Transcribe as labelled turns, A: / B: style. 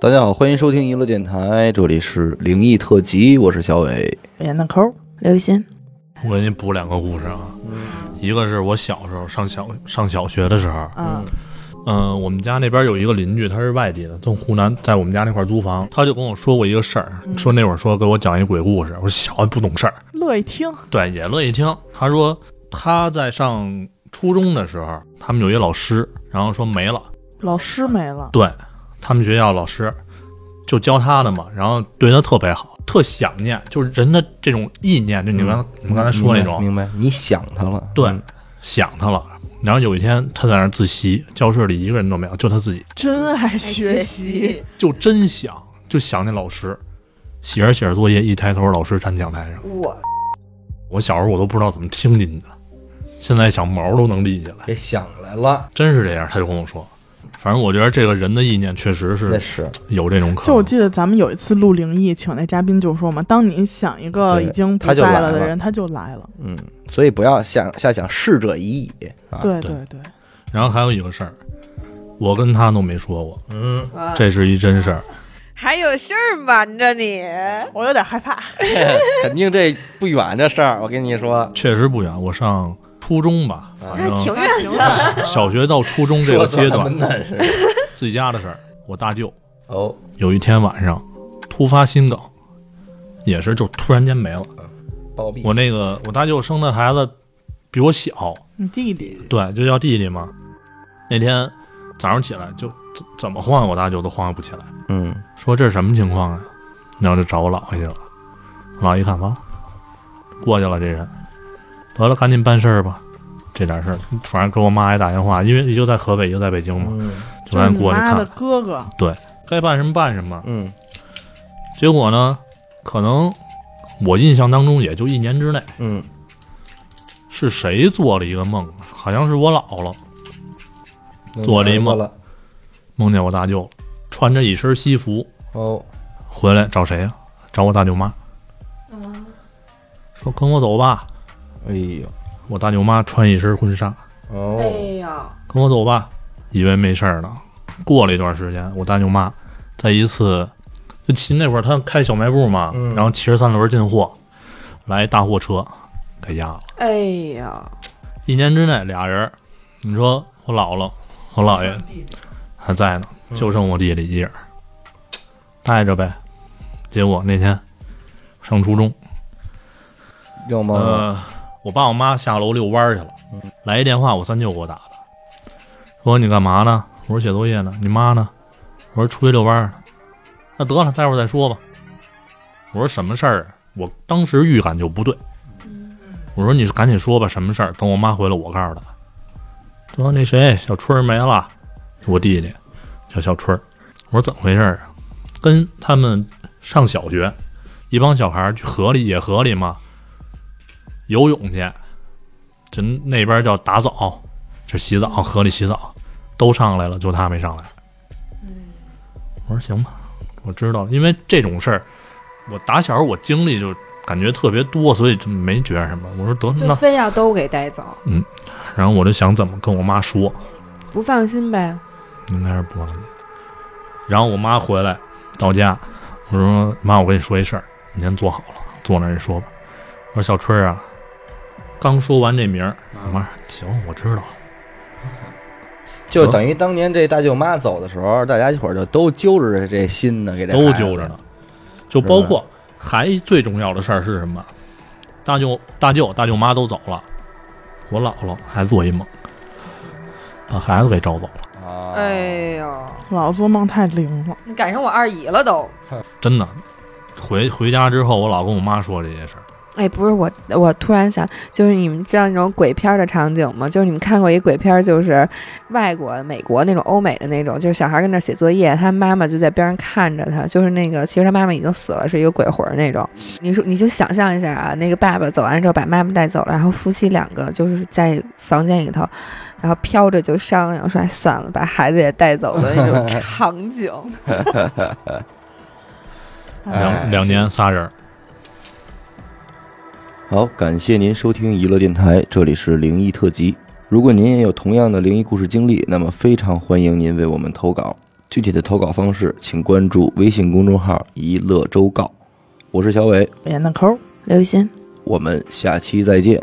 A: 大家好，欢迎收听娱乐电台，这里是灵异特辑，我是小伟。
B: 演的抠，
C: 刘雨欣，
D: 我给你补两个故事啊，
A: 嗯
D: 一个是我小时候上小上小学的时候，
B: 嗯
D: 嗯、我们家那边有一个邻居，他是外地的，从湖南，在我们家那块儿租房，他就跟我说过一个事儿，
A: 嗯
D: 说那会儿说给我讲一鬼故事，我说小还不懂事儿，
B: 乐意听，
D: 对，也乐意听。他说他在上初中的时候，他们有一老师，然后说没了，
B: 老师没了，
D: 对他们学校老师就教他的嘛，然后对他特别好，特想念，就是人的这种意念，就你刚、你们刚才说那种，
A: 嗯明白？明白你想他了，
D: 对
A: 嗯，
D: 想他了。然后有一天，他在那儿自习，教室里一个人都没有，就他自己，
B: 真爱
C: 学
B: 习，
C: 习
D: 就真想，就想那老师。写着写着作业，一抬头，老师站讲台上。
B: 我
D: 我小时候我都不知道怎么听进去的，现在想毛都能立起来，
A: 给想来了，
D: 真是这样。他就跟我说，反正我觉得这个人的意念确实
A: 那
D: 是
A: 是
D: 有这种可
B: 就我
D: 能。
B: 记得咱们有一次录灵异，请那嘉宾就说嘛，当你想一个
A: 对
B: 已经不
A: 他就
B: 在
A: 来
B: 的
A: 了
B: 人，他就来了，
A: 嗯，所以不要想下想逝者已矣啊。，
B: 对
D: 对
B: 对对，
D: 然后还有一个事儿，我跟他都没说过，
A: 嗯，
D: 这是一真事儿。
C: 还有哎事儿瞒着你，
B: 我有点害怕，啊
A: 肯定这不远这事儿，我跟你说，
D: 确实不远，我上初中吧，反
C: 还挺
D: 正
C: 远的。
D: 小学到初中这个阶段，
A: 那是
D: 自己家的事儿，我大舅
A: 哦，
D: 有一天晚上突发心梗，也是就突然间没了。
A: 暴毙
D: 我那个我大舅生的孩子比我小，
B: 你弟弟
D: 对，就叫弟弟嘛。那天早上起来就怎怎么晃我大舅都晃不起来，
A: 嗯，
D: 说这是什么情况啊？然后就找我姥爷去了，我姥爷一看完过去了这人，得了，赶紧办事儿吧。这点事儿，反正给我妈也打电话，因为一个在河北，一个在北京嘛，
A: 嗯
D: 就
B: 就
D: 让
B: 是
D: 人
B: 你
D: 过去
B: 妈的
D: 看，
B: 哥哥，
D: 该办什么办什么。
A: 嗯，
D: 结果呢，可能我印象当中也就一年之内，
A: 嗯，
D: 是谁做了一个梦，好像是我姥姥做了一梦
A: 了
D: 梦见我大舅穿着一身西服
A: 哦，
D: 回来找谁呀、啊找我大舅妈，说跟我走吧。
A: 哎呦，
D: 我大舅妈穿一身婚纱，
A: 哦，
C: 哎呀，
D: 跟我走吧，以为没事儿呢。过了一段时间，我大舅妈在一次就骑那会儿，她开小卖部嘛，
A: 嗯
D: 然后骑着三轮进货，来一大货车给压了。
C: 哎呀，
D: 一年之内俩人儿，你说我姥姥、我姥爷还在呢，
A: 嗯
D: 就剩我弟弟一人儿，带着呗。结果那天上初中，
A: 又梦了，
D: 呃，我爸我妈下楼遛弯儿去了，来一电话，我三舅给我打的，说你干嘛呢？我说写作业呢。你妈呢？我说出去遛弯儿呢。那得了，待会儿再说吧。我说什么事儿啊？我当时预感就不对。我说你赶紧说吧，什么事儿？等我妈回来，我告诉她。说那谁，小春儿没了，我弟弟叫小春儿。我说怎么回事儿啊？跟他们上小学，一帮小孩儿去河里野河里嘛，游泳去，就那边叫打澡，就洗澡，河里洗澡，都上来了，就他没上来。我说行吧，我知道了，因为这种事儿，我打小我经历就感觉特别多，所以就没觉着什么。我说得
C: 就
D: 那，
C: 非要都给带走，
D: 然后我就想怎么跟我妈说，
C: 不放心呗。
D: 应该是不忘记。然后我妈回来到家，我说妈，我跟你说一事儿，你先坐好了，坐那儿你说吧。我说小春儿啊，刚说完这名儿，
A: 啊
D: 我妈说行，我知道了。
A: 就等于当年这大舅妈走的时候，大家一会儿就都揪着这心呢，给这
D: 都
A: 孩子
D: 揪着呢，。就包括还最重要的事儿是什么？大舅、大舅、大舅妈都走了，我姥姥还做一梦，把孩子给招走了。
A: 啊，
C: 哎呀，
B: 老做梦太灵了，
C: 你赶上我二姨了都。
D: 真的，回回家之后，我老跟我妈说这些事儿。
C: 哎，不是我，我突然想，就是你们知道那种鬼片儿的场景吗？就是你们看过一鬼片儿，就是外国、美国那种欧美的那种，就是小孩儿跟那儿写作业，他妈妈就在边上看着他，就是那个其实他妈妈已经死了，是一个鬼魂儿那种。你说，你就想象一下啊，那个爸爸走完之后把妈妈带走了，然后夫妻两个就是在房间里头，然后飘着就商量说，哎，算了，把孩子也带走了那种 场景。
A: 哎
D: 两两年仨人儿，
A: 好，感谢您收听娱乐电台，这里是灵异特辑。如果您也有同样的灵异故事经历，那么非常欢迎您为我们投稿。具体的投稿方式，请关注微信公众号“一乐周告”。我是小伟，
B: 演的抠儿。
C: 刘雨欣。
A: 我们下期再见。